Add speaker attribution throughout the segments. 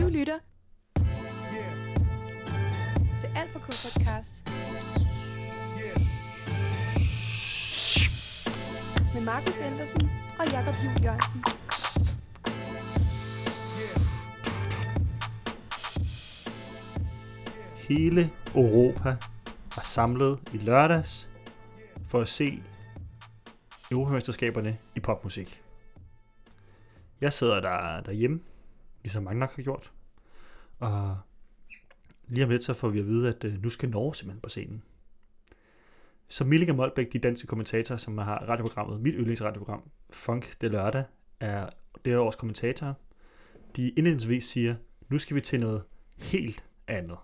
Speaker 1: lytter til Alt for K podcast med Markus Andersen og Jakob Juhl Jørgensen.
Speaker 2: Hele Europa var samlet i lørdags for at se Europamesterskaberne i popmusik. Jeg sidder der, derhjemme, ligesom mange nok har gjort, og lige om lidt så får vi at vide, at øh, nu skal Norge simpelthen på scenen. Så Milliga Molbæk, de danske kommentatorer, som har radioprogrammet, mit yndlingsradioprogram, Funk det lørdag, er det her års kommentatorer. De indledningsvis siger, nu skal vi til noget helt andet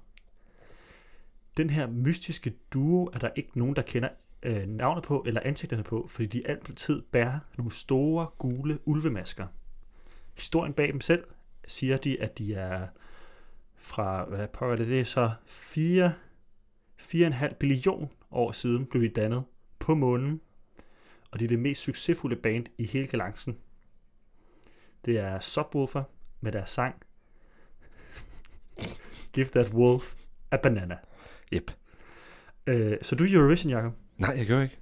Speaker 2: den her mystiske duo er der ikke nogen, der kender øh, navnet på eller ansigterne på, fordi de altid bærer nogle store gule ulvemasker. Historien bag dem selv siger de, at de er fra, hvad pokker er det, det er så 4, 4,5 billion år siden blev de dannet på månen, og de er det mest succesfulde band i hele galaksen. Det er Subwoofer med deres sang Give That Wolf a Banana.
Speaker 3: Yep.
Speaker 2: Øh, så du er i Eurovision, Jacob.
Speaker 3: Nej, jeg gjorde ikke.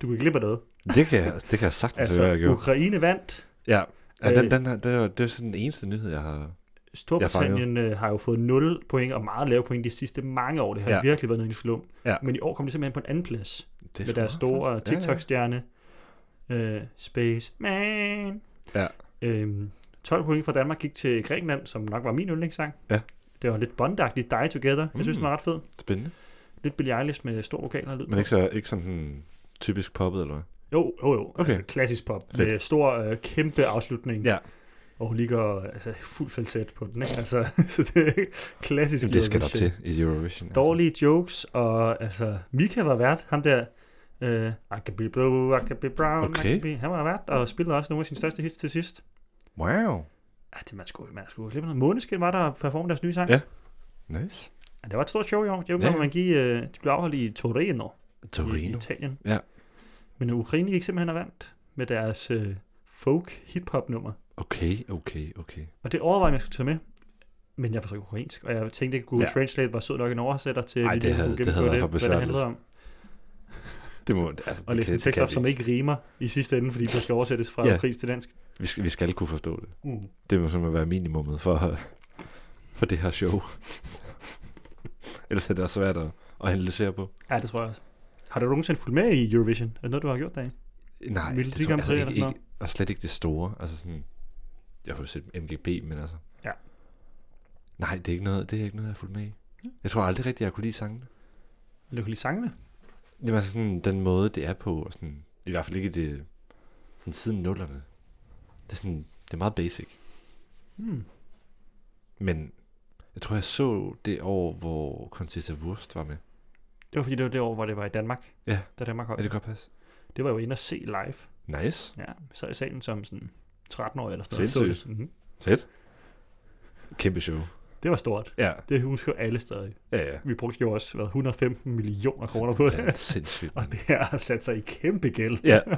Speaker 2: Du kan glip af noget.
Speaker 3: Det kan jeg, det kan jeg sagtens altså, høre, jeg
Speaker 2: Altså,
Speaker 3: gjorde.
Speaker 2: Ukraine vandt.
Speaker 3: Ja, ja den,
Speaker 2: øh,
Speaker 3: den, her- det, er, jo- det er sådan den eneste nyhed, jeg har...
Speaker 2: Storbritannien øh, har jo fået 0 point og meget lave point de sidste mange år. Det har ja.
Speaker 3: Ja.
Speaker 2: virkelig været nede i en slum.
Speaker 3: Ja.
Speaker 2: Men i år kom de simpelthen på en anden plads
Speaker 3: Det er
Speaker 2: med deres
Speaker 3: sgu meget
Speaker 2: store
Speaker 3: flot. Ja, ja.
Speaker 2: TikTok-stjerne. Øh, Space Man.
Speaker 3: Ja.
Speaker 2: Øhm, 12 point fra Danmark gik til Grækenland, som nok var min yndlingssang.
Speaker 3: Ja.
Speaker 2: Det var lidt bondagtigt, Die Together. Jeg synes,
Speaker 3: Mm.
Speaker 2: den var ret fed.
Speaker 3: Spændende.
Speaker 2: Lidt Billie Eilish med stor vokal og lyd.
Speaker 3: Men ikke, så, ikke sådan den typisk poppet, eller hvad?
Speaker 2: Jo, jo, jo.
Speaker 3: Okay.
Speaker 2: Altså, klassisk pop.
Speaker 3: Fedt.
Speaker 2: Med stor, øh, kæmpe afslutning.
Speaker 3: Ja.
Speaker 2: Og hun ligger altså, fuld falset på den, ikke? Altså, så det er klassisk.
Speaker 3: Jamen, det skal der
Speaker 2: Eurovision.
Speaker 3: til i Eurovision. altså.
Speaker 2: Dårlige jokes, og altså, Mika var vært, ham der, øh, I can be blue, I can be brown, I
Speaker 3: Okay.
Speaker 2: can be, han var vært, og spillede også nogle af sine største hits til sidst.
Speaker 3: Wow.
Speaker 2: Ja, det man skulle, man skulle slippe noget. Måneskin var der og performede deres nye sang. Ja.
Speaker 3: Ja. Nice.
Speaker 2: det var et stort show i år. Det var,
Speaker 3: Ja.
Speaker 2: ja. man give, øh, det blev afholdt i Torino. i
Speaker 3: Torino.
Speaker 2: Italien.
Speaker 3: Ja.
Speaker 2: Men Ukraine gik simpelthen og vandt med deres øh, folk hip-hop nummer.
Speaker 3: Okay, okay, okay.
Speaker 2: Og det overvejede jeg, om jeg skulle tage med. Men jeg forstår ikke ukrainsk, og jeg tænkte ikke, Google ja.
Speaker 3: Ja.
Speaker 2: Translate var sød nok en oversætter til, at
Speaker 3: Ej,
Speaker 2: vi
Speaker 3: det
Speaker 2: lige
Speaker 3: havde-
Speaker 2: kunne
Speaker 3: det havde
Speaker 2: gennemgå
Speaker 3: været for
Speaker 2: det, hvad det handlede om.
Speaker 3: Det må... Altså,
Speaker 2: Og læse en tekst op, som ikke rimer i sidste ende, fordi det skal oversættes fra ja.
Speaker 3: Ja.
Speaker 2: ukrainsk til dansk.
Speaker 3: Vi skal, vi skal kunne forstå det.
Speaker 2: Mm.
Speaker 3: Det må simpelthen være minimummet for, for det her show. Ellers er det også svært at, at analysere på.
Speaker 2: Ja, det tror jeg også. Har du nogensinde fulgt med i Eurovision? Er det noget, du har gjort, Dan?
Speaker 3: Nej,
Speaker 2: Melodi
Speaker 3: det tror jeg
Speaker 2: Grand Prix
Speaker 3: altså
Speaker 2: eller
Speaker 3: ikke,
Speaker 2: sådan
Speaker 3: ikke, og slet ikke det store. Altså sådan, jeg har jo set MGP, men altså...
Speaker 2: Ja.
Speaker 3: Nej, det er ikke noget, det er ikke noget jeg har fulgt med i. Jeg tror aldrig rigtigt, jeg kunne lide sangene.
Speaker 2: Eller du kan lide sangene?
Speaker 3: Jamen altså sådan, den måde, det er på, og sådan, i hvert fald ikke det, sådan siden nullerne. Det er sådan, det er meget basic.
Speaker 2: Hmm.
Speaker 3: Men jeg tror, jeg så det år, hvor Conchita Wurst var med.
Speaker 2: Det var fordi, det var det år, hvor det var i Danmark.
Speaker 3: Ja.
Speaker 2: Da Danmark
Speaker 3: Er
Speaker 2: holdt.
Speaker 3: det
Speaker 2: Det,
Speaker 3: godt pas?
Speaker 2: det var jo inde at se live.
Speaker 3: Nice.
Speaker 2: Ja, så i salen som sådan 13 år eller sådan
Speaker 3: Sindssygt.
Speaker 2: Mm-hmm.
Speaker 3: Fedt. Kæmpe show.
Speaker 2: Det var stort.
Speaker 3: Ja,
Speaker 2: Det husker alle stadig.
Speaker 3: ja, ja.
Speaker 2: Vi brugte jo også hvad, 115 millioner kroner på
Speaker 3: Ja,
Speaker 2: det.
Speaker 3: sindssygt.
Speaker 2: Og
Speaker 3: mand.
Speaker 2: det her har sat sig i kæmpe gæld.
Speaker 3: Ja.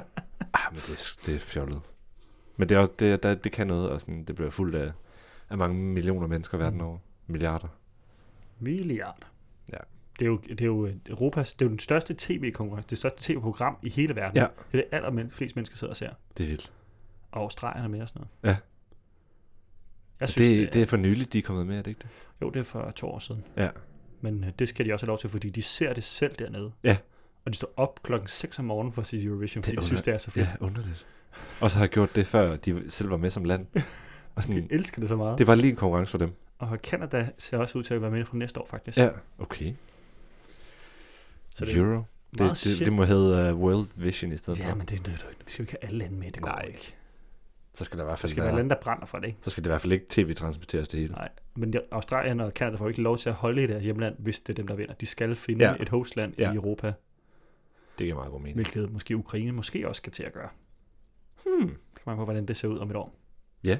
Speaker 3: Ah, men det er, det er fjollet. Men det, er, også- det, er- der, det kan noget, og sådan, det bliver fuldt af, af mange millioner mennesker verden over. Milliarder.
Speaker 2: Milliarder.
Speaker 3: Ja.
Speaker 2: Det er jo, det er jo Europas, det er jo den største tv-konkurrence, det største tv-program i hele verden.
Speaker 3: Ja.
Speaker 2: Det er det aller flest mennesker sidder og ser.
Speaker 3: Det er vildt.
Speaker 2: Og Australien er med og sådan noget.
Speaker 3: Ja.
Speaker 2: Jeg
Speaker 3: Og
Speaker 2: synes, det,
Speaker 3: det, det, er for nyligt, de er kommet med, er det ikke det?
Speaker 2: Jo, det er for to år siden.
Speaker 3: Ja.
Speaker 2: Men øh, det skal de også have lov til, fordi de ser det selv dernede.
Speaker 3: Ja.
Speaker 2: Og de står op klokken 6 om morgenen for at se Eurovision,
Speaker 3: Det er
Speaker 2: fordi de synes,
Speaker 3: under-
Speaker 2: det er så fedt.
Speaker 3: Ja, underligt. Og så har gjort det, før de selv var med som land. Og sådan,
Speaker 2: Jeg elsker det så meget. Det.
Speaker 3: det var lige en konkurrence for dem.
Speaker 2: Og Canada ser også ud til at være med fra næste år, faktisk.
Speaker 3: Ja, okay.
Speaker 2: Så det er
Speaker 3: Euro. Det,
Speaker 2: meget
Speaker 3: det,
Speaker 2: shit.
Speaker 3: det må hedde uh, World Vision i stedet
Speaker 2: Ja,
Speaker 3: for.
Speaker 2: men det nytter ikke. Vi skal jo ikke have alle lande med, det går
Speaker 3: Nej.
Speaker 2: ikke.
Speaker 3: Så skal der i hvert
Speaker 2: Der
Speaker 3: fald
Speaker 2: skal være
Speaker 3: være,
Speaker 2: lande, der brænder for det, ikke?
Speaker 3: så skal det i hvert fald ikke tv-transporteres det hele.
Speaker 2: Nej, men det- Australien og Kanada får jo ikke lov til at holde i deres hjemland, hvis det er dem, der vinder. De skal finde ja.
Speaker 3: Ja.
Speaker 2: et hostland ja.
Speaker 3: Ja.
Speaker 2: i Europa,
Speaker 3: Det giver meget god mening.
Speaker 2: hvilket måske Ukraine måske også skal til at gøre.
Speaker 3: Hmm.
Speaker 2: Kan man på, hvordan det ser ud om et år.
Speaker 3: Ja.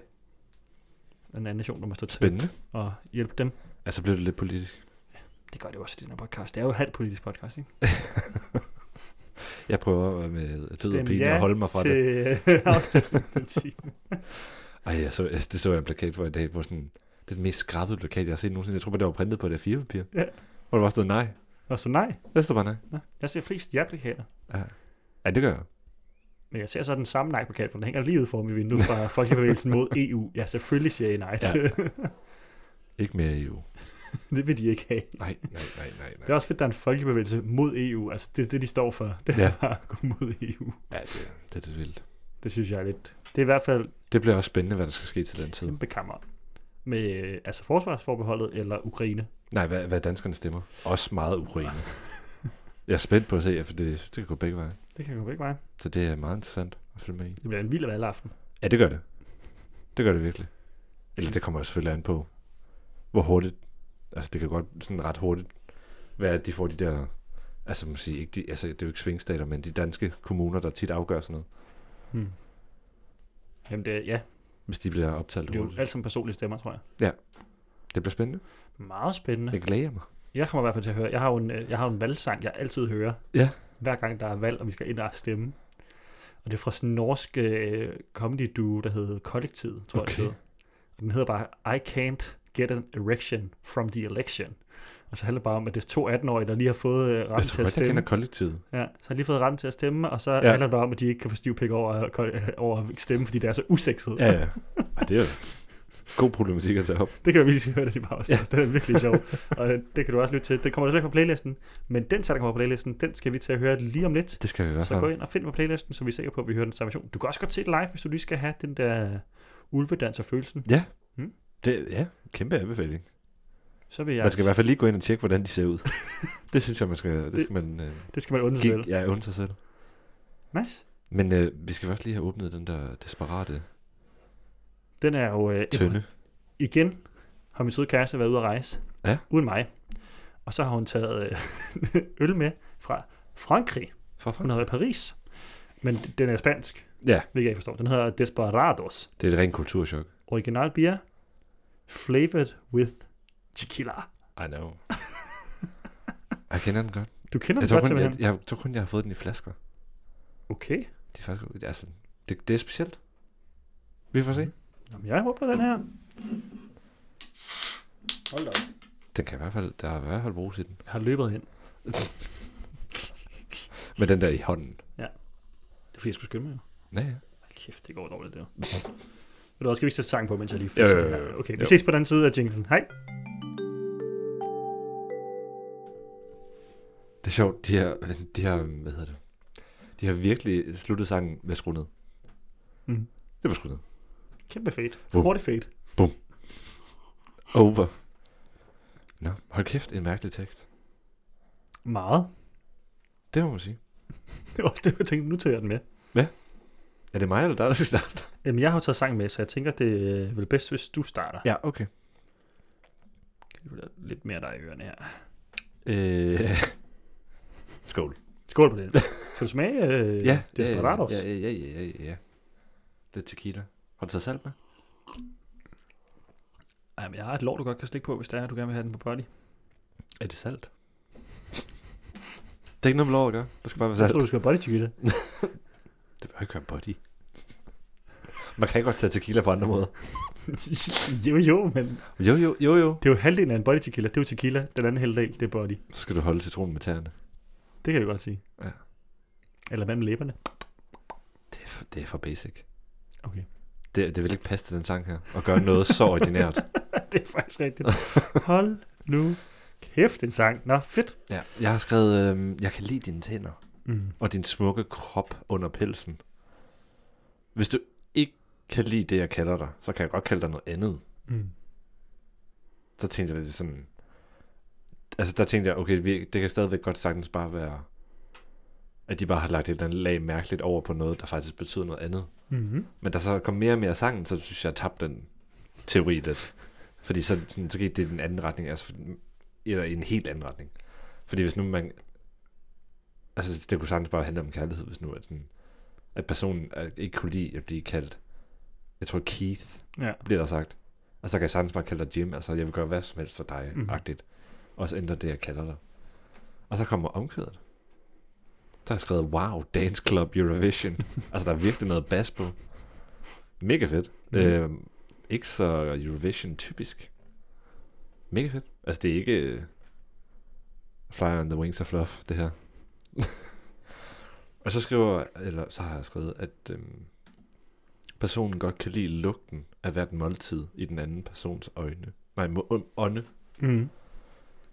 Speaker 2: En anden nation, der må stå til
Speaker 3: Spændende.
Speaker 2: og hjælpe dem.
Speaker 3: Altså blev det lidt politisk.
Speaker 2: Det gør det jo også i den her podcast. Det er jo halvt politisk podcast, ikke?
Speaker 3: Jeg prøver øh, med død og
Speaker 2: Stem
Speaker 3: pine at holde mig fra det.
Speaker 2: øh, til afstemningen den 10.
Speaker 3: altså, Ej, jeg så, det så jeg en plakat for i dag, hvor sådan, Det er den mest skrabede plakat, jeg har set nogensinde. Jeg tror bare, det var printet på det 4 papir.
Speaker 2: Ja.
Speaker 3: Hvor der bare stod nej.
Speaker 2: Og så nej.
Speaker 3: Der stod bare nej.
Speaker 2: Nå, Jeg ser flest ja-plakater.
Speaker 3: Ja. ja, det gør jeg.
Speaker 2: Men jeg ser så den samme nej-plakat, for den hænger lige ude for mit vindue fra Folkebevægelsen mod EU. Ja, selvfølgelig siger I nej til.
Speaker 3: Ikke mere EU.
Speaker 2: det vil de ikke have.
Speaker 3: Nej, nej, nej, nej,
Speaker 2: Det
Speaker 3: nej.
Speaker 2: er også fedt, der er en folkebevægelse mod EU. Altså, det er det, de står for. Det er
Speaker 3: Ja.
Speaker 2: bare at gå mod EU.
Speaker 3: Ja, det, det er det vildt.
Speaker 2: Det synes jeg er lidt... Det er i hvert fald
Speaker 3: Det bliver også spændende, hvad der skal ske til den tid.
Speaker 2: kæmpe kammer med øh, altså forsvarsforbeholdet eller Ukraine.
Speaker 3: Nej, hvad, hvad danskerne stemmer. Også meget ukraine. Jeg er spændt på at se, for det, det kan gå begge veje.
Speaker 2: Det kan jo ikke være.
Speaker 3: Så det er meget interessant at følge med i.
Speaker 2: Det bliver en vild valgaften.
Speaker 3: Ja, det gør det. Det gør det virkelig. Eller det kommer jo selvfølgelig an på, hvor hurtigt, altså det kan godt sådan ret hurtigt være, at de får de der, altså, man siger, ikke de, altså det er jo ikke svingstater, men de danske kommuner, der tit afgør sådan noget,
Speaker 2: Hmm. Jamen det, er- ja,
Speaker 3: hvis de bliver optalt
Speaker 2: det er jo
Speaker 3: hurtigt.
Speaker 2: alt som personlige stemmer, tror jeg.
Speaker 3: Det bliver spændende.
Speaker 2: Meget spændende.
Speaker 3: Jeg glæder mig.
Speaker 2: Jeg kommer i hvert fald til at høre. Jeg har jo en, øh, jeg har jo en valgsang, jeg altid hører.
Speaker 3: Ja.
Speaker 2: Hver gang der er valg, og vi skal ind og stemme. Og det er fra sådan en norsk øh, comedy duo, der hedder Kollektivet, tror okay.
Speaker 3: Okay.
Speaker 2: jeg det hedder. Og den hedder bare, I can't get an erection from the election. Og så handler det bare om, at det er to 18-årige, der lige har fået øh,
Speaker 3: Jeg
Speaker 2: retten
Speaker 3: tror
Speaker 2: til at
Speaker 3: godt, jeg
Speaker 2: stemme.
Speaker 3: kender kollektivet.
Speaker 2: Ja, så har de lige fået retten til at stemme, og så
Speaker 3: Ja.
Speaker 2: ja. handler det bare om, at de ikke kan få stiv pik over, øh, over at stemme, fordi det er så usexet.
Speaker 3: Ja, ja. Ej, det er jo god problematik at tage op.
Speaker 2: Det kan vi lige høre, da de bare ja. Det er virkelig sjovt, og øh, det kan du også lytte til. Det kommer slet ikke på playlisten, men den sang, der kommer på playlisten, den skal vi til at høre lige om lidt.
Speaker 3: Det skal vi i hvert
Speaker 2: Så gå
Speaker 3: fald.
Speaker 2: ind og find den på playlisten, så vi er sikre på, at vi hører den samme version. Du kan også godt se det live, hvis du lige skal have den der ulvedans og følelsen.
Speaker 3: Ja.
Speaker 2: Mm.
Speaker 3: Det, ja, kæmpe anbefaling.
Speaker 2: Så vil jeg,
Speaker 3: Man skal i hvert fald lige gå ind og tjekke, hvordan de ser ud. det synes jeg, man skal, det skal man øh,
Speaker 2: det skal man undre sig
Speaker 3: give,
Speaker 2: selv.
Speaker 3: ja, undre sig selv.
Speaker 2: Nice.
Speaker 3: Men øh, vi skal først lige have åbnet den der desperate
Speaker 2: Den er jo øh,
Speaker 3: tønde.
Speaker 2: igen har min søde kæreste været ude at rejse.
Speaker 3: Ja.
Speaker 2: Uden mig. Og så har hun taget øh, øl med fra Frankrig.
Speaker 3: For
Speaker 2: Hun
Speaker 3: fanden.
Speaker 2: har været i Paris. Men den er spansk,
Speaker 3: Ja,
Speaker 2: hvilket jeg ikke forstår. Den hedder Desperados.
Speaker 3: det er et rent kulturschok.
Speaker 2: Original bier. Flavored with tequila.
Speaker 3: I know. jeg kender den godt.
Speaker 2: Du kender den
Speaker 3: Jeg tror,
Speaker 2: godt
Speaker 3: kun, jeg,
Speaker 2: simpelthen.
Speaker 3: jeg, tror kun, jeg har fået den i flasker.
Speaker 2: Okay.
Speaker 3: Det er faktisk, altså, det, det er specielt. Vi får
Speaker 2: Mhm.
Speaker 3: se.
Speaker 2: Jamen, jeg håber den her. Hold da op.
Speaker 3: Den kan i hvert fald, der er i hvert fald brug til den.
Speaker 2: Jeg har løbet ind.
Speaker 3: Med den der i hånden.
Speaker 2: Det er fordi, jeg skulle skynde mig. jo.
Speaker 3: Ja, ja.
Speaker 2: Hold Kæft, det går dårligt der. Vil du også skal vi sætte sang på, mens jeg lige
Speaker 3: Jo, jo,
Speaker 2: fikser den
Speaker 3: jo,
Speaker 2: her?
Speaker 3: jo.
Speaker 2: Okay, vi
Speaker 3: Jo.
Speaker 2: ses på den anden side af jinglen. Hej.
Speaker 3: Det er sjovt, de har, de har, hvad hedder det, de har virkelig sluttet sangen med skru ned.
Speaker 2: Mhm.
Speaker 3: Det var skru ned.
Speaker 2: Kæmpe fedt.
Speaker 3: Bum.
Speaker 2: Hurtig fedt.
Speaker 3: Over. Nå, hold kæft, en mærkelig tekst.
Speaker 2: Meget.
Speaker 3: Det må man sige.
Speaker 2: Det var også det, jeg tænkte, nu tager jeg den med.
Speaker 3: Er det mig eller dig, der skal starte?
Speaker 2: Jamen, jeg har jo taget sang med, så jeg tænker, det er vel bedst, hvis du starter.
Speaker 3: Ja, okay.
Speaker 2: Det bliver lidt mere dig i ørerne her.
Speaker 3: Øh... Skål.
Speaker 2: Skål på det. Skal du smage øh,
Speaker 3: Ja,
Speaker 2: Desperados?
Speaker 3: Ja, ja, ja, ja, ja, ja. Det er tequila. Har du taget salt med?
Speaker 2: Jamen, jeg har et lov, du godt kan stikke på, hvis det er, du gerne vil have den på body.
Speaker 3: Er det salt? det er ikke noget med lov at gøre. Der skal bare være
Speaker 2: Jeg
Speaker 3: salt.
Speaker 2: tror, du skal have body tequila.
Speaker 3: Det behøver ikke være body. Man kan ikke godt tage tequila på andre måder.
Speaker 2: jo, jo, men
Speaker 3: Jo, jo, jo, jo.
Speaker 2: det er jo halvdelen af en body tequila. Det er jo tequila. Den anden halvdel, det er body.
Speaker 3: Så skal du holde citronen med tæerne.
Speaker 2: Det kan du godt sige.
Speaker 3: Ja.
Speaker 2: Eller hvad med læberne?
Speaker 3: Det er for, det er for basic.
Speaker 2: Okay.
Speaker 3: Det, det vil ikke passe til den sang her. At gøre noget så ordinært.
Speaker 2: Det er faktisk rigtigt. Hold nu kæft, en sang. Nå, fedt.
Speaker 3: ja, jeg har skrevet, øh, jeg kan lide dine tænder.
Speaker 2: Mm.
Speaker 3: og din smukke krop under pelsen. Hvis du ikke kan lide det, jeg kalder dig, så kan jeg godt kalde dig noget andet.
Speaker 2: Mm.
Speaker 3: Så tænkte jeg lidt sådan... Altså, der tænkte jeg, okay, vi- det kan stadigvæk godt sagtens bare være, at de bare har lagt et eller andet lag mærkeligt over på noget, der faktisk betyder noget andet.
Speaker 2: Mm-hmm.
Speaker 3: Men da så kom mere og mere sangen, så synes jeg, jeg tabte den teori lidt. Fordi så, sådan, så gik det i den anden retning, altså, eller i en helt anden retning. Fordi hvis nu man... Altså, det kunne sagtens bare handle om kærlighed, hvis nu at, sådan, at personen øh, ikke kunne lide at blive kaldt... Jeg tror, Keith
Speaker 2: Ja.
Speaker 3: bliver der sagt. Og så kan jeg sagtens bare kalde dig Jim, altså jeg vil gøre hvad som helst for dig,
Speaker 2: Mhm.
Speaker 3: mm-hmm. agtigt. Og så ændrer det, jeg kalder dig. Og så kommer omkvædet. Der er skrevet, wow, Dance Club Eurovision. altså der er virkelig noget bas på. Mega fedt.
Speaker 2: Mhm.
Speaker 3: Mm-hmm. Øh, ikke så Øh, Eurovision typisk. Mega fedt. Altså, det er ikke øh, Fly on the Wings of Fluff, det her. og så skriver, eller så har jeg skrevet, at øhm, personen godt kan lide lugten af hvert måltid i den anden persons øjne. Nej, må- ånd- ånde.
Speaker 2: Mm.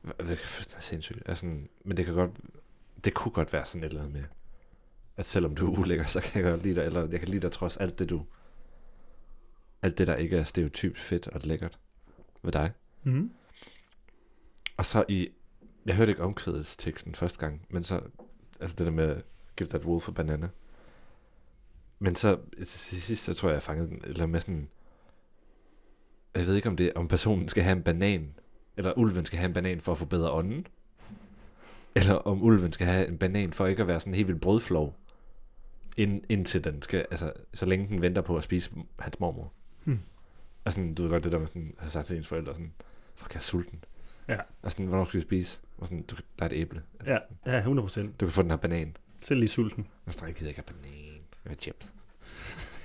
Speaker 3: Hva- Det er sindssygt. Altså, men det kan godt, det kunne godt være sådan et eller andet med, at selvom du er ulækker, så kan jeg godt lide dig, eller jeg kan lide dig trods alt det, du, alt det, der ikke er stereotypt fedt og lækkert ved dig.
Speaker 2: Mm.
Speaker 3: Og så i, jeg hørte ikke omkvædelsteksten første gang, men så, altså det der med, give that wolf a banana. Men så til sidst, så tror jeg, jeg fangede den, eller med sådan, jeg ved ikke om det, om personen skal have en banan, eller ulven skal have en banan for at få bedre ånden, eller om ulven skal have en banan for ikke at være sådan helt vildt brødflov, ind, indtil den skal, altså så længe den venter på at spise hans mormor.
Speaker 2: Hmm.
Speaker 3: Altså, du ved godt det der med sådan, at have sagt til ens forældre sådan, fuck, jeg er sulten. Og sådan, hvornår skal vi spise? Og sådan, du, kan- der er et æble.
Speaker 2: Ja, ja, 100 procent.
Speaker 3: Du kan få den her banan.
Speaker 2: Selv lige sulten.
Speaker 3: Og sådan, jeg gider ikke have banan. Jeg har chips.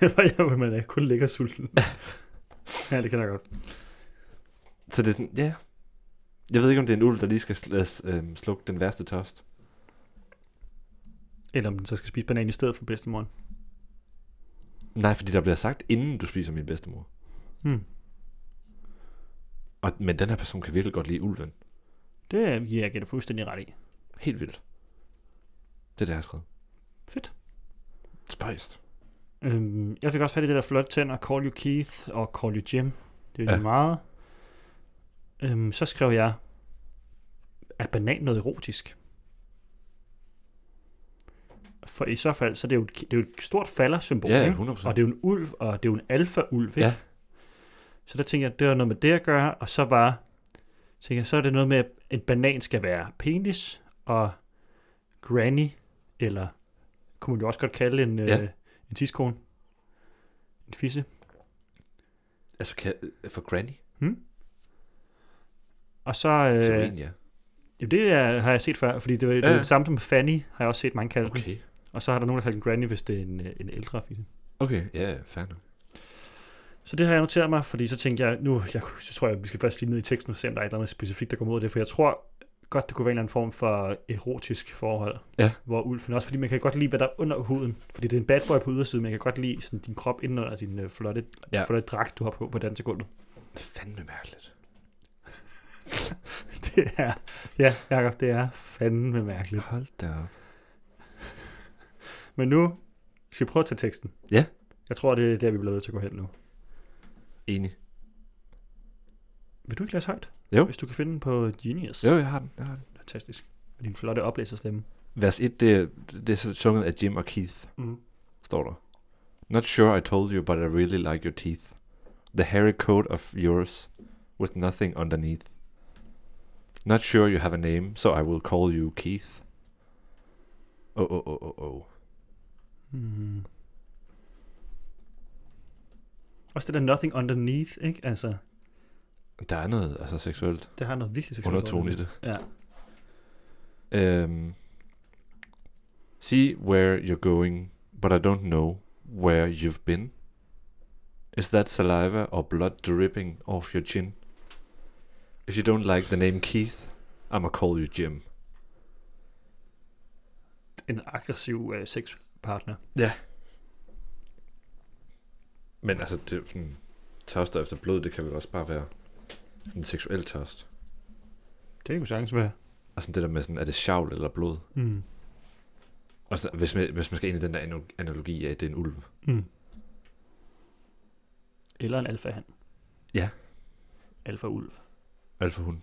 Speaker 2: jeg vil man er kun lækker sulten. ja, det kan jeg godt.
Speaker 3: Så det er sådan, ja. Jeg ved ikke, om det er en ulv, der lige skal sl- øh, slukke den værste tost.
Speaker 2: Eller om den så skal spise banan i stedet for bedstemoren.
Speaker 3: Nej, fordi der bliver sagt, inden du spiser min bedstemor.
Speaker 2: Mm.
Speaker 3: Og, men den her person kan virkelig godt lide ulven.
Speaker 2: Det er ja, jeg giver dig fuldstændig ret i.
Speaker 3: Helt vildt. Det er det, jeg har skrevet.
Speaker 2: Fedt.
Speaker 3: Spøjst.
Speaker 2: Øhm, jeg fik også fat i det der flotte tænder, Call You Keith og Call You Jim. Det er
Speaker 3: Ja.
Speaker 2: ja. meget. Øhm, så skrev jeg, er banan noget erotisk? For i så fald, så er det jo et, det er jo et stort faldersymbol,
Speaker 3: Ja,
Speaker 2: ikke?
Speaker 3: 100%.
Speaker 2: Og det er jo en ulv, og det er jo en alfa-ulv, ikke?
Speaker 3: Ja.
Speaker 2: Så der tænker jeg, det har noget med det at gøre, og så bare, tænker jeg, så er det noget med, at en banan skal være penis, og granny, eller kunne man jo også godt kalde en,
Speaker 3: Ja.
Speaker 2: ja. øh, en tiskone. En fisse.
Speaker 3: Altså, kan, for granny?
Speaker 2: Og så,
Speaker 3: Øh,
Speaker 2: øh,
Speaker 3: Teorien, ja.
Speaker 2: jamen det er, har jeg set før, fordi det, var, det er
Speaker 3: Ja.
Speaker 2: jo det samme som Fanny, har jeg også set mange kalde okay.
Speaker 3: Okay.
Speaker 2: Og så har der nogen, der kalder den granny, hvis det er en, øh, en ældre fisse.
Speaker 3: Okay, ja, ja, fair nok.
Speaker 2: Så det har jeg noteret mig, fordi så tænkte jeg, nu jeg, så tror jeg, vi skal først lige ned i teksten og se, om der er et eller andet specifikt, der kommer ud af det, for jeg tror godt, det kunne være en eller anden form for erotisk forhold,
Speaker 3: Ja.
Speaker 2: hvor ulven også, fordi man kan godt lide, hvad der er under huden, fordi det er en bad boy på ydersiden, man kan godt lide sådan, din krop indenunder din øh, flotte,
Speaker 3: Ja.
Speaker 2: ja. flotte dragt, du har på på dansegulvet.
Speaker 3: Fandme mærkeligt.
Speaker 2: Det er, ja, Jacob, det er fandme mærkeligt.
Speaker 3: Hold da op.
Speaker 2: Men nu skal vi prøve at tage teksten.
Speaker 3: Ja.
Speaker 2: Jeg tror, det er der, vi bliver nødt til at gå hen nu.
Speaker 3: Enig.
Speaker 2: Vil du ikke læse højt?
Speaker 3: Jo.
Speaker 2: Hvis du kan finde den på Genius.
Speaker 3: Jo, jeg har den, jeg har den.
Speaker 2: Fantastisk. Med din flotte oplæserstemme.
Speaker 3: Vers 1, det, er- det er så sunget af Jim og Keith.
Speaker 2: Mm.
Speaker 3: står der. Not sure I told you, but I really like your teeth. The hairy coat of yours, with nothing underneath. Not sure you have a name, so I will call you Keith. Oh, oh, oh, oh, oh.
Speaker 2: Mm. Også det der nothing underneath, ikke? Altså,
Speaker 3: Der er noget altså, seksuelt
Speaker 2: det har noget virkelig seksuelt.
Speaker 3: undertone i
Speaker 2: over
Speaker 3: det.
Speaker 2: Ja.
Speaker 3: Um, see where you're going, but I don't know where you've been. Is that saliva or blood dripping off your chin? If you don't like the name Keith, I'ma call you Jim.
Speaker 2: En aggressiv øh, sexpartner.
Speaker 3: Men altså, det er jo sådan, tørster efter blod, det kan vel også bare være sådan en seksuel tørst.
Speaker 2: Det kunne sagtens være.
Speaker 3: Og sådan det der med, sådan, er det sjavl eller blod?
Speaker 2: Mm.
Speaker 3: Og så, hvis, man, hvis man skal ind i den der ano- analogi af, at det er en ulv.
Speaker 2: Mm. Eller en alfahan.
Speaker 3: Ja.
Speaker 2: Alfa-ulv.
Speaker 3: Alfa hund.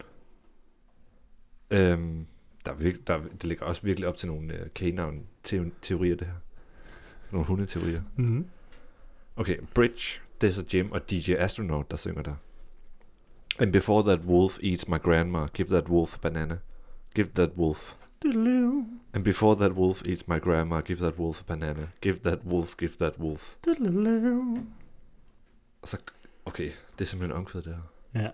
Speaker 3: Øhm, der, er virke, der, er- det ligger også virkelig op til nogle øh, canine-teorier, det her. Nogle hundeteorier.
Speaker 2: Mm.
Speaker 3: Okay, Bridge, det er så Jim og DJ Astronaut, der synger der. And before that wolf eats my grandma, give that wolf a banana. Give that wolf
Speaker 2: Diddle-oo,
Speaker 3: And before that wolf eats my grandma, give that wolf a banana. Give that wolf, give that wolf.
Speaker 2: diddle-oo.
Speaker 3: Og så, okay, det er simpelthen omkvædet det her.
Speaker 2: Ja.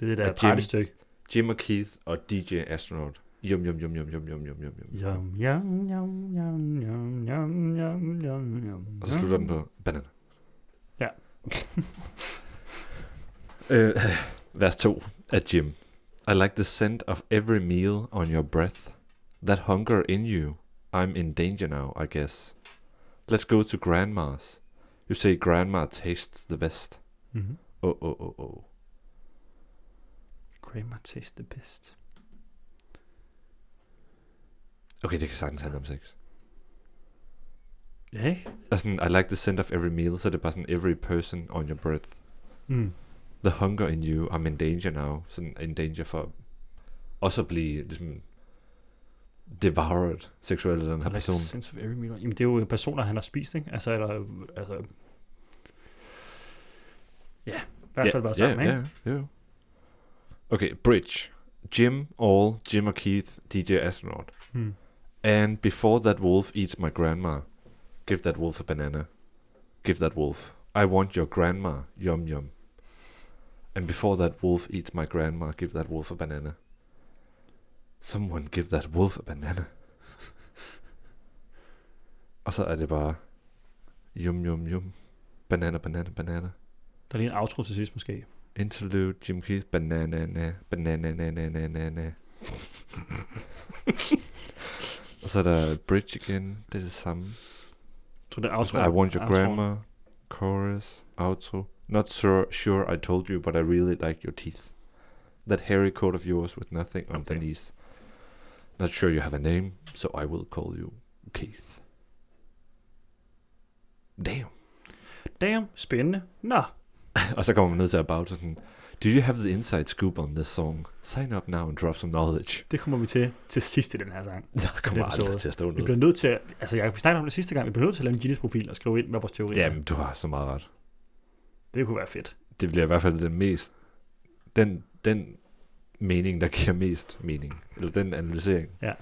Speaker 2: Det er det
Speaker 3: Og
Speaker 2: der
Speaker 3: Jim.
Speaker 2: partystykke.
Speaker 3: Jim og Keith og DJ Astronaut. Yum, yum, yum, yum, yum, yum, yum, yum, yum.
Speaker 2: Yum, yum, yum, yum, yum, yum, yum, yum, yum.
Speaker 3: Og så slutter den på banana.
Speaker 2: Ja.
Speaker 3: øh, vers 2. af Jim. I like the scent of every meal on your breath. That hunger in you. I'm in danger now, I guess. Let's go to grandma's. You say grandma tastes the best.
Speaker 2: Mm-hmm.
Speaker 3: Oh, oh, oh, oh.
Speaker 2: Kramer tastes the best.
Speaker 3: Okay, det kan sagtens handle om sex.
Speaker 2: Ja, ikke?
Speaker 3: Og sådan, I like the scent of every meal, så er det bare sådan, every person on your breath.
Speaker 2: Mm.
Speaker 3: The hunger in you, I'm in danger now. Sådan in danger for også at blive ligesom devoured seksuelt af den
Speaker 2: Like
Speaker 3: her
Speaker 2: the
Speaker 3: person.
Speaker 2: sense of every meal. Jamen, det er jo personer, han har spist, ikke? Altså, eller... Altså, ja, i hvert fald bare sammen, ikke?
Speaker 3: Ja, ja, Okay, Bridge. Jim, All, Jim og Keith, DJ Astronaut.
Speaker 2: Mm.
Speaker 3: And before that wolf eats my grandma, give that wolf a banana. Give that wolf. I want your grandma. Yum yum. And before that wolf eats my grandma, give that wolf a banana. Someone give that wolf a banana. Og så er det bare yum yum yum. Banana, banana, banana.
Speaker 2: Der er lige en outro til sidst, måske.
Speaker 3: Interlude, Jim Keith, banana, na, banana, na, na, na, na, na. Og så er der Bridge igen, det er det samme.
Speaker 2: Jeg tror, det er
Speaker 3: Og så
Speaker 2: outro.
Speaker 3: I want your
Speaker 2: outro.
Speaker 3: grandma, chorus, outro. Not sure, sure I told you, but I really like your teeth. That hairy coat of yours with nothing underneath. Not sure you have a name, so I will call you Keith. Damn.
Speaker 2: Damn, spændende. Nå,
Speaker 3: Og så kommer man ned til about og sådan, Do you have the inside scoop on this song? Sign up now and drop some knowledge.
Speaker 2: det kommer vi til til sidst i den her sang.
Speaker 3: Der kommer
Speaker 2: Den
Speaker 3: aldrig
Speaker 2: episode.
Speaker 3: til at stå
Speaker 2: Vi
Speaker 3: noget.
Speaker 2: bliver nødt til at, altså jeg vi snakkede om det sidste gang, vi bliver nødt til at lave en Guinness-profil og skrive ind, hvad vores teori er.
Speaker 3: Jamen, du har så meget ret.
Speaker 2: Det kunne være fedt.
Speaker 3: Det bliver i hvert fald den mest... Den, den mening, der giver mest mening. Eller den analysering.
Speaker 2: Ja.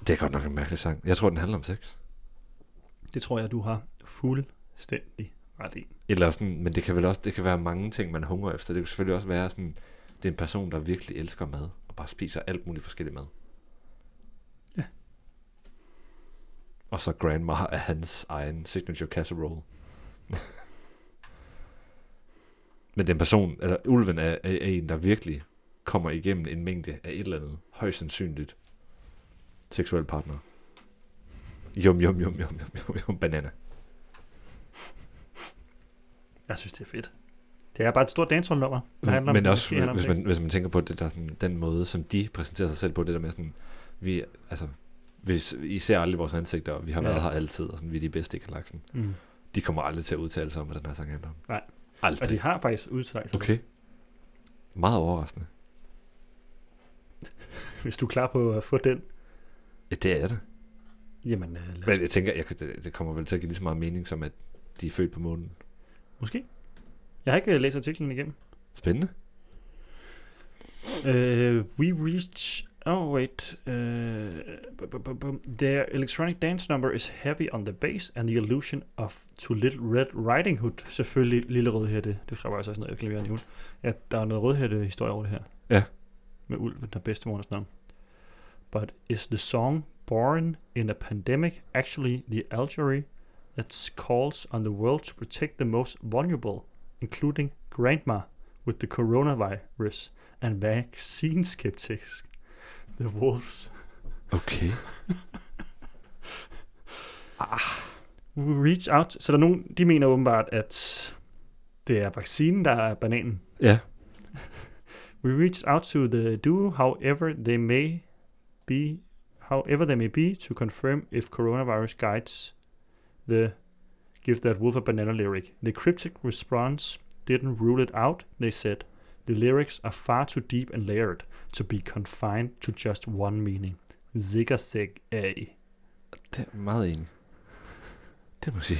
Speaker 3: Det er godt nok en mærkelig sang. Jeg tror, den handler om sex.
Speaker 2: Det tror jeg, du har fuldstændig ret i.
Speaker 3: Eller sådan, men det kan vel også det kan være mange ting, man hungrer efter. Det kan selvfølgelig også være sådan, det er en person, der virkelig elsker mad, og bare spiser alt muligt forskelligt mad.
Speaker 2: Ja.
Speaker 3: Og så grandma er hans egen signature casserole. men den person, eller ulven er, er, er en, der virkelig kommer igennem en mængde af et eller andet, højst sandsynligt, seksuel partner. Yum, yum, yum, yum, yum, yum, yum, banana.
Speaker 2: Jeg synes, det er fedt. Det er bare et stort dancehall-nummer. der handler om-
Speaker 3: men
Speaker 2: måske
Speaker 3: også,
Speaker 2: handler om
Speaker 3: hvis
Speaker 2: sex.
Speaker 3: man, hvis man tænker på det der, sådan, den måde, som de præsenterer sig selv på, det der med sådan, vi, altså, hvis, I ser aldrig vores ansigter, og vi har
Speaker 2: Ja.
Speaker 3: ja. været her altid, og sådan, vi er de bedste i galaksen.
Speaker 2: Mm.
Speaker 3: De kommer aldrig til at udtale sig om, hvad den her sang handler om.
Speaker 2: Nej. Og
Speaker 3: Aldrig.
Speaker 2: de har faktisk udtalt okay.
Speaker 3: Okay. Meget overraskende.
Speaker 2: Hvis du er klar på at få den,
Speaker 3: Ja, det er det.
Speaker 2: jamen øh, lad os...
Speaker 3: Men jeg tænker, jeg, kan- det, det kommer vel til at give lige så meget mening, som at de er født på månen.
Speaker 2: Måske. Jeg har ikke øh, læst artiklen igennem.
Speaker 3: Spændende.
Speaker 2: Uh, we reach. Oh wait. Uh, bu- bu- bu- bu- their electronic dance number is heavy on the bass and the illusion of to Little Red Riding Hood. Selvfølgelig Lille Rødhætte. Det kræver altså også noget klaverende hund. Ja, der er noget rødhætte historie over det her.
Speaker 3: Ja.
Speaker 2: Med ulven, der bedste morgens navn. But is the song born in a pandemic actually the algery that calls on the world to protect the most vulnerable, including grandma with the coronavirus? and vaccine skeptics. The wolves
Speaker 3: Okay.
Speaker 2: who reach out. Så der er nogen, de mener åbenbart, at det er vaccinen, der er bananen.
Speaker 3: Ja.
Speaker 2: We reached out to the duo, however they may be, however they may be, to confirm if coronavirus guides the "Give That Wolf a Banana" lyric. The cryptic response didn't rule it out. They said the lyrics are far too deep and layered to be confined to just one meaning. Zigger zig a.
Speaker 3: Det er jeg meget enig. Det må jeg sige.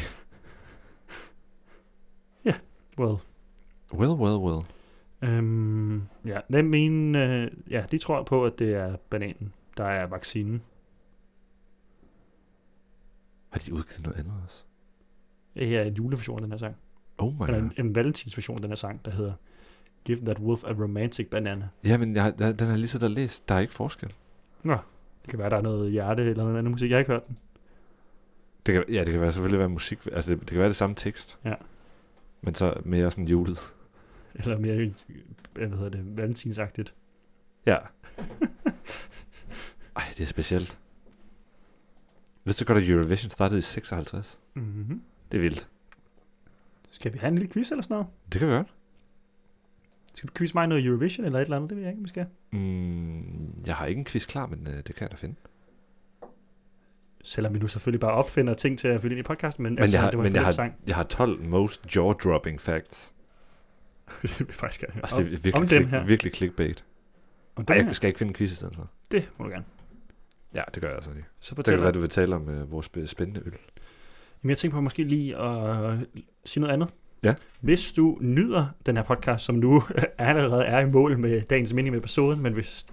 Speaker 2: Well,
Speaker 3: Well, well, well.
Speaker 2: Øhm, ja, hvem mean, øh, ja, de tror på, at det er bananen, der er vaccinen.
Speaker 3: Har de udgivet noget andet også?
Speaker 2: Det her er en juleversion af den her sang.
Speaker 3: Oh my god.
Speaker 2: Eller en, en valentinsversion af den her sang, der hedder Give That Wolf a Romantic Banana.
Speaker 3: Jamen, jeg, der, den er lige så der læst. Der er ikke forskel.
Speaker 2: Det kan være, der er noget hjerte eller noget andet musik. Jeg har ikke hørt den.
Speaker 3: Det kan, ja, det kan være, selvfølgelig være musik. Altså, det, det kan være det samme tekst.
Speaker 2: Ja.
Speaker 3: Men så mere sådan julet.
Speaker 2: Eller mere, øh, hvad hedder det, valentinsagtigt.
Speaker 3: Ja. Ej, det er specielt. Hvis du godt, at Eurovision startede i 56?
Speaker 2: Mm-hmm.
Speaker 3: Det er vildt.
Speaker 2: Skal vi have en lille quiz eller sådan noget?
Speaker 3: Det kan vi gøre.
Speaker 2: Skal du quiz mig noget Eurovision eller et eller andet? Det ved jeg ikke, om vi skal.
Speaker 3: Mm, jeg har ikke en quiz klar, men øh, det kan jeg da finde.
Speaker 2: Selvom vi nu selvfølgelig bare opfinder ting til at fylde ind i podcasten, men, men altså,
Speaker 3: jeg har-
Speaker 2: det var
Speaker 3: men
Speaker 2: en
Speaker 3: jeg
Speaker 2: fed
Speaker 3: har-
Speaker 2: sang.
Speaker 3: Jeg har 12 most jaw-dropping facts.
Speaker 2: det vil jeg faktisk gerne høre.
Speaker 3: Altså, det er virkelig,
Speaker 2: om dem
Speaker 3: click-
Speaker 2: her.
Speaker 3: virkelig clickbait.
Speaker 2: Om det,
Speaker 3: Ej,
Speaker 2: her,
Speaker 3: jeg skal ikke finde en quiz i stedet for.
Speaker 2: det må du gerne.
Speaker 3: Ja, det gør jeg altså lige.
Speaker 2: Så
Speaker 3: Det
Speaker 2: fortæl
Speaker 3: kan
Speaker 2: det
Speaker 3: være, du vil tale om øh, vores sp- spændende øl.
Speaker 2: Jamen, jeg tænkte på måske lige at øh, sige noget andet.
Speaker 3: Ja.
Speaker 2: Hvis du nyder den her podcast, som nu allerede er i mål med dagens mening med episoden, men hvis,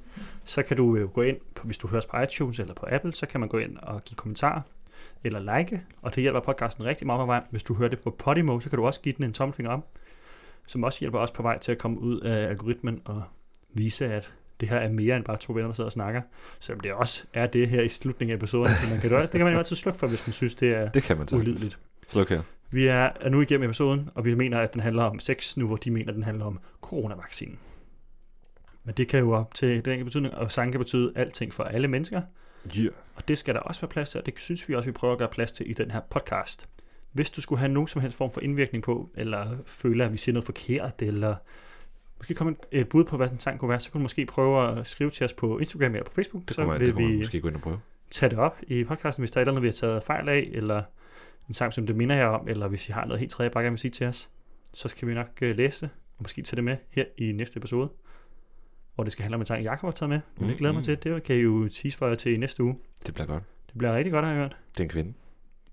Speaker 2: så kan du øh, gå ind, på, hvis du hører os på iTunes eller på Apple, så kan man gå ind og give kommentarer eller like, og det hjælper podcasten rigtig meget på vej. Hvis du hører det på Podimo, så kan du også give den en tommelfinger op, som også hjælper os på vej til at komme ud af algoritmen og vise, at det her er mere end bare to venner, der sidder og snakker. Selvom det også er det her i slutningen af episoden, så man kan, det kan man jo altid slukke for, hvis man synes, det er
Speaker 3: Det kan man tage.
Speaker 2: ulideligt.
Speaker 3: Sluk her.
Speaker 2: Vi er, er nu igennem episoden, og vi mener, at den handler om sex, nu hvor de mener, at den handler om coronavaccinen. Men det kan jo op til den enkelte betydning, og sang kan betyde alting for alle mennesker,
Speaker 3: Yeah.
Speaker 2: og det skal der også være plads til, og det synes vi også, vi prøver at gøre plads til i den her podcast. Hvis du skulle have nogen som helst form for indvirkning på, eller føler, at vi siger noget forkert, eller måske komme et bud på, hvad den sang kunne være, så kunne du måske prøve at skrive til os på Instagram eller på Facebook,
Speaker 3: Det
Speaker 2: så
Speaker 3: kunne, man,
Speaker 2: vil
Speaker 3: det kunne
Speaker 2: vi
Speaker 3: man måske gå ind og prøve.
Speaker 2: tage det op i podcasten, hvis der er et eller andet, vi har taget fejl af, eller en sang, som det minder jer om, eller hvis I har noget helt tredje, bare gerne vil sige til os, så skal vi nok øh, læse det, og måske tage det med her i næste episode, hvor det skal handle om en sang, Jacob har taget med, men det glæder mig
Speaker 3: Mm,
Speaker 2: til. Det kan I jo tease for jer til i næste uge.
Speaker 3: Det bliver godt.
Speaker 2: Det bliver rigtig godt, har jeg hørt.
Speaker 3: Det er en kvinde.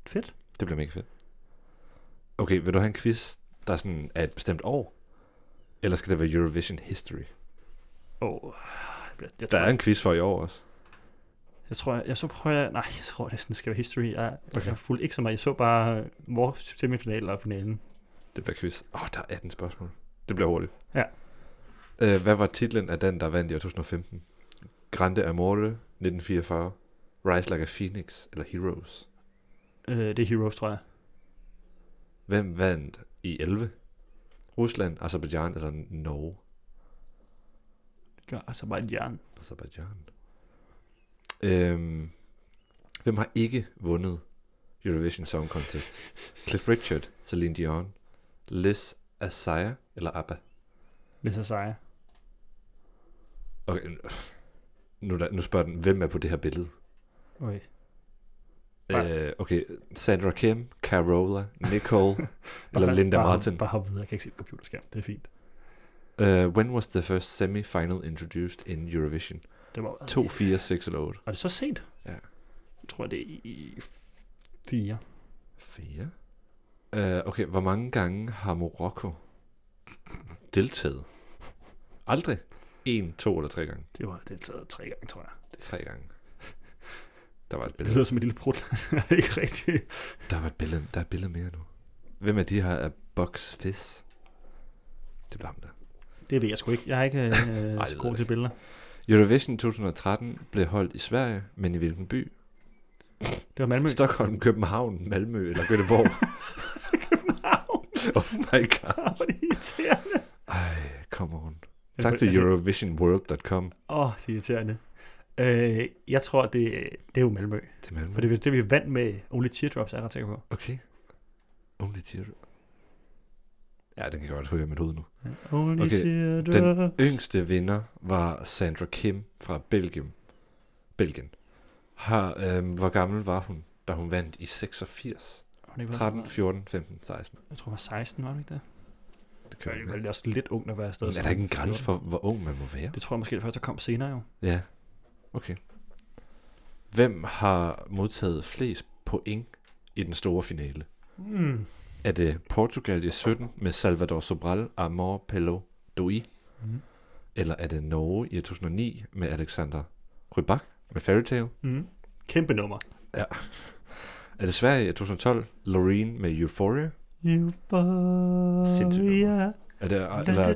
Speaker 2: Fedt.
Speaker 3: Det bliver mega fedt. Okay, vil du have en quiz, der sådan er et bestemt år? Eller skal det være Eurovision History?
Speaker 2: Oh, jeg, bliver- jeg,
Speaker 3: Der
Speaker 2: tror,
Speaker 3: er
Speaker 2: jeg,
Speaker 3: en quiz for i år også.
Speaker 2: jeg, tror, jeg, jeg så prøver jeg, nej, jeg tror, det sådan skal være history. Jeg, okay.
Speaker 3: Okay.
Speaker 2: jeg fulgte ikke så meget. Jeg så bare øh, vores semifinal og finalen.
Speaker 3: Det bliver quiz. Åh, oh, der er 18 spørgsmål. Det bliver hurtigt.
Speaker 2: Ja.
Speaker 3: Øh, hvad var titlen af den, der vandt i år 2015? Grande Amore, 1944. Rise Like a Phoenix eller Heroes?
Speaker 2: Øh, det er Heroes, tror jeg.
Speaker 3: Hvem vandt i 11? Rusland, Azerbaijan eller Norge?
Speaker 2: Det gør altså bare et jern.
Speaker 3: Azerbaijan. Øhm, hvem har ikke vundet Eurovision Song Contest? Cliff Richard, Celine Dion, Liz Asaya eller ABBA?
Speaker 2: Hvis jeg sejrer.
Speaker 3: Okay, nu- nu, er der, nu spørger den, hvem er på det her billede?
Speaker 2: Okay. Bare-
Speaker 3: Øh, okay, Sandra Kim, Carola, Nicole eller Linda
Speaker 2: bare,
Speaker 3: Martin.
Speaker 2: Bare hop videre, jeg kan ikke se et computerskærm. Det er fint.
Speaker 3: Uh, when was the first semi-final introduced in Eurovision?
Speaker 2: Det var,
Speaker 3: 2, 4, 6 eller 8?
Speaker 2: Var det så sent?
Speaker 3: Ja.
Speaker 2: Jeg tror, det er i- i f- fire.
Speaker 3: 4. Uh, okay, hvor mange gange har Marokko deltaget? Aldrig. En, to eller tre gange.
Speaker 2: Det var deltaget tre gange, tror jeg.
Speaker 3: Tre gange. Der var et
Speaker 2: Det
Speaker 3: billede.
Speaker 2: lyder som et lille brud. ikke rigtigt.
Speaker 3: Der var et billede. Der er et billede mere nu. Hvem af de her er Box Fizz? Det blev ham der.
Speaker 2: Det ved jeg sgu ikke. Jeg er ikke øh,
Speaker 3: ved
Speaker 2: så
Speaker 3: jeg
Speaker 2: god til
Speaker 3: ikke.
Speaker 2: billeder.
Speaker 3: Eurovision 2013 blev holdt i Sverige, men i hvilken by?
Speaker 2: Det var Malmø.
Speaker 3: Stockholm, København, Malmø eller Göteborg? oh my god.
Speaker 2: Hvor er det irriterende.
Speaker 3: Ej, come on. Tak til eurovisionworld.com.
Speaker 2: Åh, oh, det er irriterende. Øh, jeg tror, det, det er jo Malmø.
Speaker 3: Det er Malmø.
Speaker 2: For det er det, vi vandt med Only Teardrops, er jeg ret sikker på.
Speaker 3: Okay. Only teardrop. Ja, den kan jeg godt høre i mit hoved nu.
Speaker 2: Only
Speaker 3: Okay,
Speaker 2: Teardrops.
Speaker 3: Yngste vinder var Sandra Kim fra Belgium. Belgien. Har, øhm, hvor gammel var hun, da hun vandt i 86?
Speaker 2: Var det ikke bare
Speaker 3: 13,
Speaker 2: sådan
Speaker 3: 14, 15, 16.
Speaker 2: noget? Jeg tror, det var 16, var det ikke det?
Speaker 3: Det
Speaker 2: Det
Speaker 3: kører
Speaker 2: er
Speaker 3: med.
Speaker 2: vel også lidt ungt at være afsted.
Speaker 3: Men er der ikke en grænse for, hvor ung man må være?
Speaker 2: Det tror jeg måske, det først der kom senere jo.
Speaker 3: Ja. Okay. Hvem har modtaget flest point i den store finale?
Speaker 2: Mm.
Speaker 3: Er det Portugal i 17 med Salvador Sobral, Amor Pello, Doi?
Speaker 2: Mm.
Speaker 3: Eller er det Norge i 2009 med Alexander Rybak med Fairytale?
Speaker 2: Mm. Kæmpe nummer.
Speaker 3: Er det Sverige i 2012, Loreen med Euphoria? Sindssygt
Speaker 2: Euphoria.
Speaker 3: Er det, eller er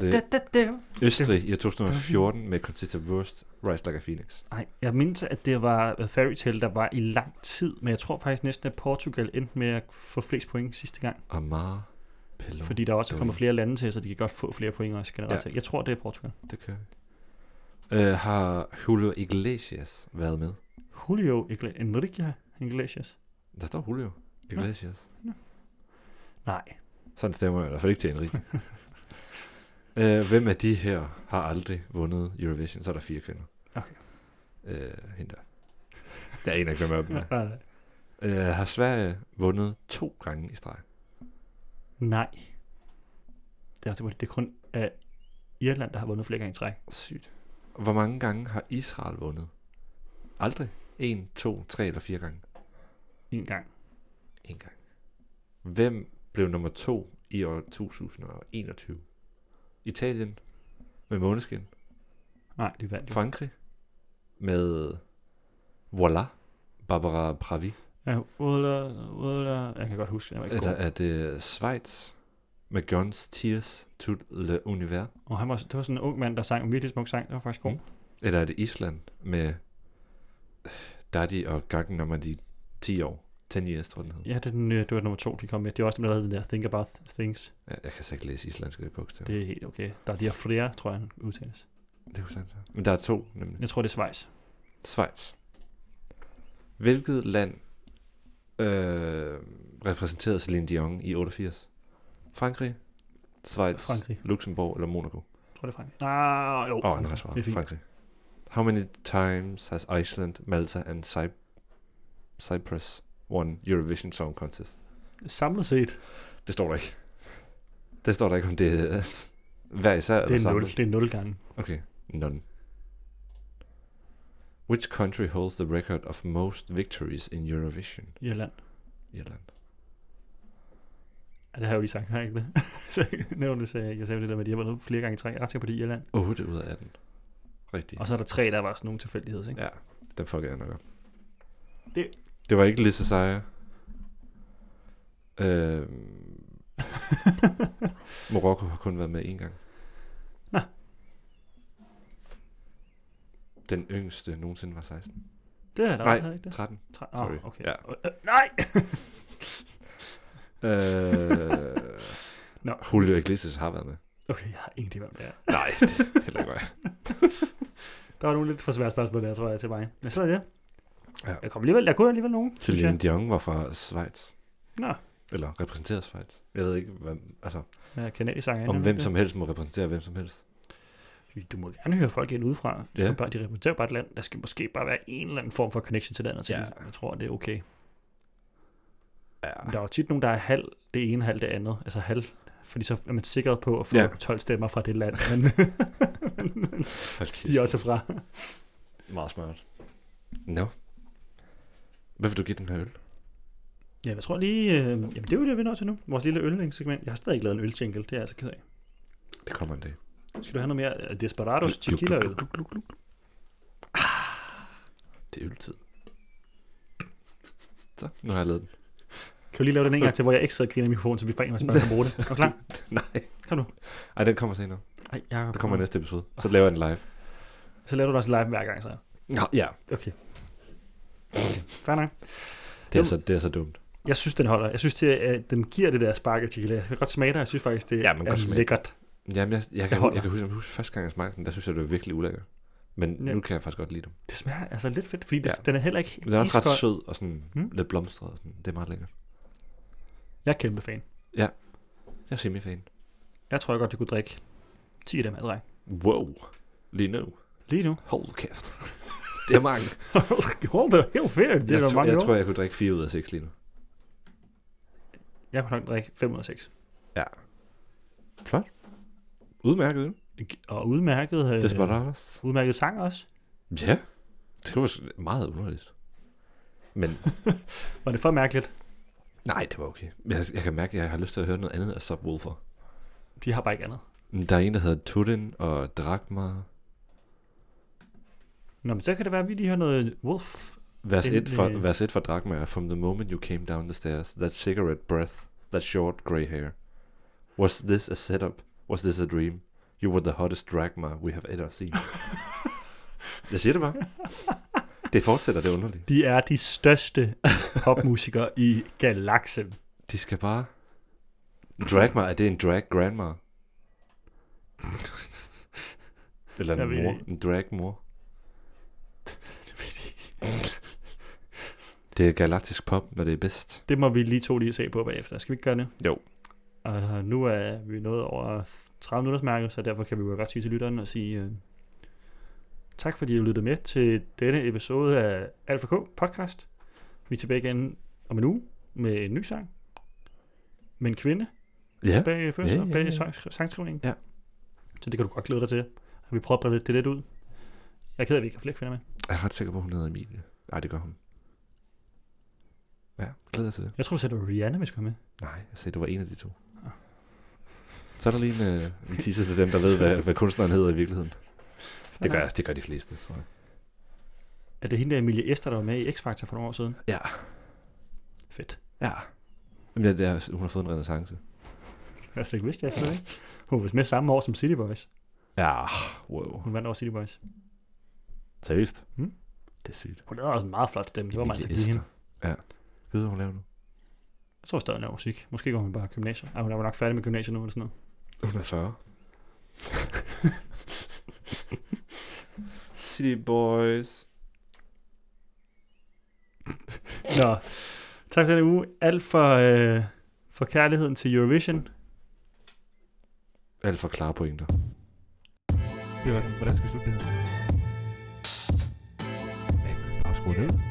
Speaker 3: det Østrig i 2014 med Conchita Wurst, Rise Like a Phoenix?
Speaker 2: Ej, jeg mindes, at det var øh, Fairy Tale, der var i lang tid, men jeg tror faktisk næsten, at Portugal endte med at få flest point sidste gang.
Speaker 3: Amar Hello.
Speaker 2: fordi der også
Speaker 3: doing.
Speaker 2: kommer flere lande til, så de kan godt få flere point også generelt. Ja. Jeg tror, det er Portugal.
Speaker 3: Det kører vi. Øh, har Julio Iglesias været med?
Speaker 2: Julio Igle- Enrique Iglesias.
Speaker 3: Der står Julio Iglesias.
Speaker 2: Nej.
Speaker 3: Sådan stemmer jeg i hvert fald ikke til Enrique. øh, hvem af de her har aldrig vundet Eurovision? Så er der fire kvinder.
Speaker 2: Okay.
Speaker 3: Øh, hende der. Jeg aner ikke, hvem af dem er.
Speaker 2: Nej. nej.
Speaker 3: Øh, har Sverige vundet to gange i streg?
Speaker 2: Nej. Det er, også, det er kun uh, Irland, der har vundet flere gange i træk.
Speaker 3: Sygt. Hvor mange gange har Israel vundet? Aldrig. En, to, tre eller fire gange.
Speaker 2: En gang.
Speaker 3: En gang. Hvem blev nummer to i år 2021? Italien med Måneskin.
Speaker 2: Nej, de vandt jo.
Speaker 3: Frankrig med Voila. Barbara Pravi.
Speaker 2: Ja, Ulla, Ulla, jeg kan godt huske, jeg var ikke
Speaker 3: Eller
Speaker 2: god.
Speaker 3: er det Schweiz med Guns Tears to le Univers?
Speaker 2: Og han var, det var sådan en ung mand, der sang en virkelig smuk sang, der var faktisk god.
Speaker 3: Mm. Eller er det Island med Daddy og Gakken, når man de 10 år? 10 years, tror jeg, den hed.
Speaker 2: Ja, det, er den, øh, det var nummer to, de kom med. Det var også dem, der lavede den der Think About Things.
Speaker 3: Ja, jeg kan så ikke læse islandske bogstaver.
Speaker 2: Det er helt okay. Der er de her flere, tror jeg, han udtales.
Speaker 3: Det er jo sandt. ja. Men der er to, nemlig.
Speaker 2: Jeg tror, det er Schweiz.
Speaker 3: Schweiz. Hvilket land øh, repræsenterede Celine Dion i 88? Frankrig, Schweiz,
Speaker 2: Frankrig.
Speaker 3: Luxemboug eller Monaco?
Speaker 2: Jeg tror, det er Frankrig. Ah, jo.
Speaker 3: Åh, oh,
Speaker 2: Frankrig.
Speaker 3: nej, jeg
Speaker 2: Det er
Speaker 3: svarer
Speaker 2: fint.
Speaker 3: Frankrig. How many times has Iceland, Malta and Cy- Cyprus won Eurovision Song Contest?
Speaker 2: Samlet set,
Speaker 3: Det står der ikke. Det står der ikke, om det er hver især eller
Speaker 2: det er, 0,
Speaker 3: samlet.
Speaker 2: det er 0 gange.
Speaker 3: Okay, none. Which country holds the record of most victories in Eurovision?
Speaker 2: Irland.
Speaker 3: Irland.
Speaker 2: Ja, det har jeg jo lige sagt, har jeg ikke det? så jeg nævnte, så jeg, jeg sagde det der med, at de har vundet flere gange i træk. Jeg er ret sikker på, det er Irland.
Speaker 3: 8 ud af 18. Rigtigt.
Speaker 2: Og så er der tre, der var sådan nogle tilfældigheder, ikke?
Speaker 3: Ja, den fuckede jeg nok op.
Speaker 2: Det-
Speaker 3: det var ikke Lisa Seier. Øhm, Marokko har kun været med én gang.
Speaker 2: Nå.
Speaker 3: Den yngste nogensinde var 16.
Speaker 2: Det er der
Speaker 3: Nej,
Speaker 2: også, er der ikke det?
Speaker 3: 13.
Speaker 2: Tre.
Speaker 3: sorry.
Speaker 2: Oh, okay.
Speaker 3: Ja.
Speaker 2: Øh, nej!
Speaker 3: Øh,
Speaker 2: Nå.
Speaker 3: Julio Iglesias har været med.
Speaker 2: Okay, jeg har ingen idé, hvem det er.
Speaker 3: Nej, det er heller ikke mig.
Speaker 2: Der var nogle lidt for svære spørgsmål der, tror jeg, til mig. Men så er det.
Speaker 3: Ja.
Speaker 2: Ja. Jeg, kom alligevel, jeg kunne alligevel nogen. synes
Speaker 3: Celine
Speaker 2: jeg.
Speaker 3: Dion var fra Schweiz.
Speaker 2: Nå.
Speaker 3: Eller repræsenterer Schweiz. Jeg ved ikke, hvad, altså,
Speaker 2: Ja, kanadisk sanger.
Speaker 3: om hvem som helst må repræsentere hvem som helst.
Speaker 2: Du må gerne høre folk ind udefra. Du
Speaker 3: Ja.
Speaker 2: skal bare, de repræsenterer bare et land. Der skal måske bare være en eller anden form for connection til landet. Til
Speaker 3: Ja.
Speaker 2: ja. Jeg tror, det er okay.
Speaker 3: Ja.
Speaker 2: Men der er jo tit nogen, der er halv det ene, halv det andet. Altså halv, fordi så er man sikret på at få
Speaker 3: Ja.
Speaker 2: ja. 12 stemmer fra det land, men, men, men
Speaker 3: Hold kæft.
Speaker 2: de er også fra.
Speaker 3: Meget smart. Nå. No. Hvad vil du give den her øl?
Speaker 2: Ja, jeg tror lige, øh, jamen det er jo det, vi når til nu. Vores lille ølningssegment. Jeg har stadig ikke lavet en øltjingle, det er jeg altså ked af.
Speaker 3: Det kommer en dag.
Speaker 2: Skal du have noget mere øh, Desperados tequila-øl?
Speaker 3: Ah, Det er øltid. Så, nu har jeg lavet den.
Speaker 2: Kan du lige lave den en gang til, hvor jeg ikke sidder og griner i mikrofonen, så vi får en, hvis man kan bruge det? Er du klar?
Speaker 3: Nej.
Speaker 2: Kom nu.
Speaker 3: Ej, den kommer senere.
Speaker 2: Ej, Jacob,
Speaker 3: Der kommer i næste episode. Så laver jeg den live.
Speaker 2: Så laver du det også live hver gang, så.
Speaker 3: Nå, ja.
Speaker 2: Okay. Fair nok.
Speaker 3: Det er, så, det er så dumt.
Speaker 2: Jeg synes, den holder. Jeg synes, det, er- at den giver det der spark af tequila. Jeg kan godt smage det, og jeg synes faktisk, det
Speaker 3: Ja,
Speaker 2: ja,
Speaker 3: man kan
Speaker 2: er
Speaker 3: godt smage
Speaker 2: lækkert.
Speaker 3: Jamen, jeg, jeg, kan, jeg,
Speaker 2: holder.
Speaker 3: jeg kan huske, jeg husker første gang, jeg smagte den, der synes jeg, det var virkelig ulækkert. Men ja.
Speaker 2: Ja.
Speaker 3: nu kan jeg faktisk godt lide dem.
Speaker 2: Det smager altså lidt fedt, fordi det,
Speaker 3: Ja.
Speaker 2: ja. den er heller ikke
Speaker 3: Den er også ret
Speaker 2: iskold.
Speaker 3: sød og sådan
Speaker 2: Hmm?
Speaker 3: lidt blomstret. Og sådan. Det er meget lækkert.
Speaker 2: Jeg er kæmpe fan.
Speaker 3: Jeg er semifan.
Speaker 2: Jeg tror jeg godt, jeg kunne drikke 10 af dem her, dreng.
Speaker 3: Wow. Lige nu.
Speaker 2: Lige nu.
Speaker 3: Hold kæft. Det er mange.
Speaker 2: Hold da helt fedt. Det er
Speaker 3: jeg,
Speaker 2: der
Speaker 3: tro-
Speaker 2: mange
Speaker 3: jeg
Speaker 2: år.
Speaker 3: tror, jeg kunne drikke 4 ud af 6 lige nu.
Speaker 2: Jeg kan nok drikke 5 ud af 6.
Speaker 3: Udmærket. ikke?
Speaker 2: Og udmærket, øh,
Speaker 3: Desperados.
Speaker 2: udmærket sang også.
Speaker 3: Ja. Det var s- meget underligt. Men
Speaker 2: Var det for mærkeligt?
Speaker 3: nej, det var okay. Jeg, jeg kan mærke, at jeg har lyst til at høre noget andet af Subwoofer.
Speaker 2: De har bare ikke andet.
Speaker 3: Der er en, der hedder Turin og Drachma.
Speaker 2: Nå, men så kan det være, at vi lige har noget Wolf.
Speaker 3: Vers
Speaker 2: Den,
Speaker 3: 1 for,
Speaker 2: øh,
Speaker 3: vers et for Drachma er From the moment you came down the stairs, that cigarette breath, that short grey hair. Was this a setup? Was this a dream? You were the hottest Drachma we have ever seen. jeg siger det bare. Det fortsætter, det er underligt.
Speaker 2: De er de største popmusikere i galaksen.
Speaker 3: De skal bare Dragma, er det en drag grandma? Eller
Speaker 2: Jeg ved det
Speaker 3: en mor?
Speaker 2: ikke.
Speaker 3: En drag mor? det er galaktisk pop, når det er bedst.
Speaker 2: Det må vi lige to lige se på bagefter. Skal vi ikke gøre det?
Speaker 3: Jo.
Speaker 2: Og øh, nu er vi nået over 30 minutters mærke, så derfor kan vi jo godt sige til lytteren og sige øh, tak, fordi I lyttede med til denne episode af Alfa K podcast. Vi er tilbage igen om en uge med en ny sang med en kvinde
Speaker 3: Ja,
Speaker 2: bag, første,
Speaker 3: Ja, ja, ja.
Speaker 2: bag sang, sangskrivningen.
Speaker 3: Ja.
Speaker 2: Så det kan du godt glæde dig til. Vi prøver at brede det lidt ud. Jeg er ked af, at vi ikke har flere kvinder med.
Speaker 3: jeg er ret sikker på, at hun hedder Emilie. Nej, det gør hun. Ja, glæder jeg til det.
Speaker 2: Jeg tror, du sagde, det var Rihanna, vi skulle have med.
Speaker 3: Nej, jeg sagde, det var en af de to. Så er der lige en, øh, en teaser til dem, der ved, hvad, hvad kunstneren hedder i virkeligheden. Det gør, det gør de fleste, tror jeg.
Speaker 2: Er det hende der Emilie Ester, der var med i X-Factor for nogle år siden?
Speaker 3: Ja.
Speaker 2: Fedt.
Speaker 3: Ja. Jamen, det er, hun har fået en renaissance.
Speaker 2: Jeg har slet ikke vidst, det, jeg slet ikke. Hun var vist med samme år som City Boys.
Speaker 3: Ja, wow.
Speaker 2: Hun vandt over City Boys.
Speaker 3: Seriøst?
Speaker 2: Mm.
Speaker 3: Det er sygt.
Speaker 2: Hun lavede også en meget flot stemme. Det var man altså give hende.
Speaker 3: Ja. Ved du, hun laver nu?
Speaker 2: Jeg tror stadig, hun laver musik. Måske går hun bare i gymnasiet. Ej, hun er jo nok færdig med gymnasiet nu eller sådan noget.
Speaker 3: Hun er 40. City Boys.
Speaker 2: Nå, tak for denne uge. Alt for, øh, for kærligheden til Eurovision.
Speaker 3: Alt for klare pointer.
Speaker 2: Det var den. Hvordan skal vi slutte det her?
Speaker 3: Bare skru ned.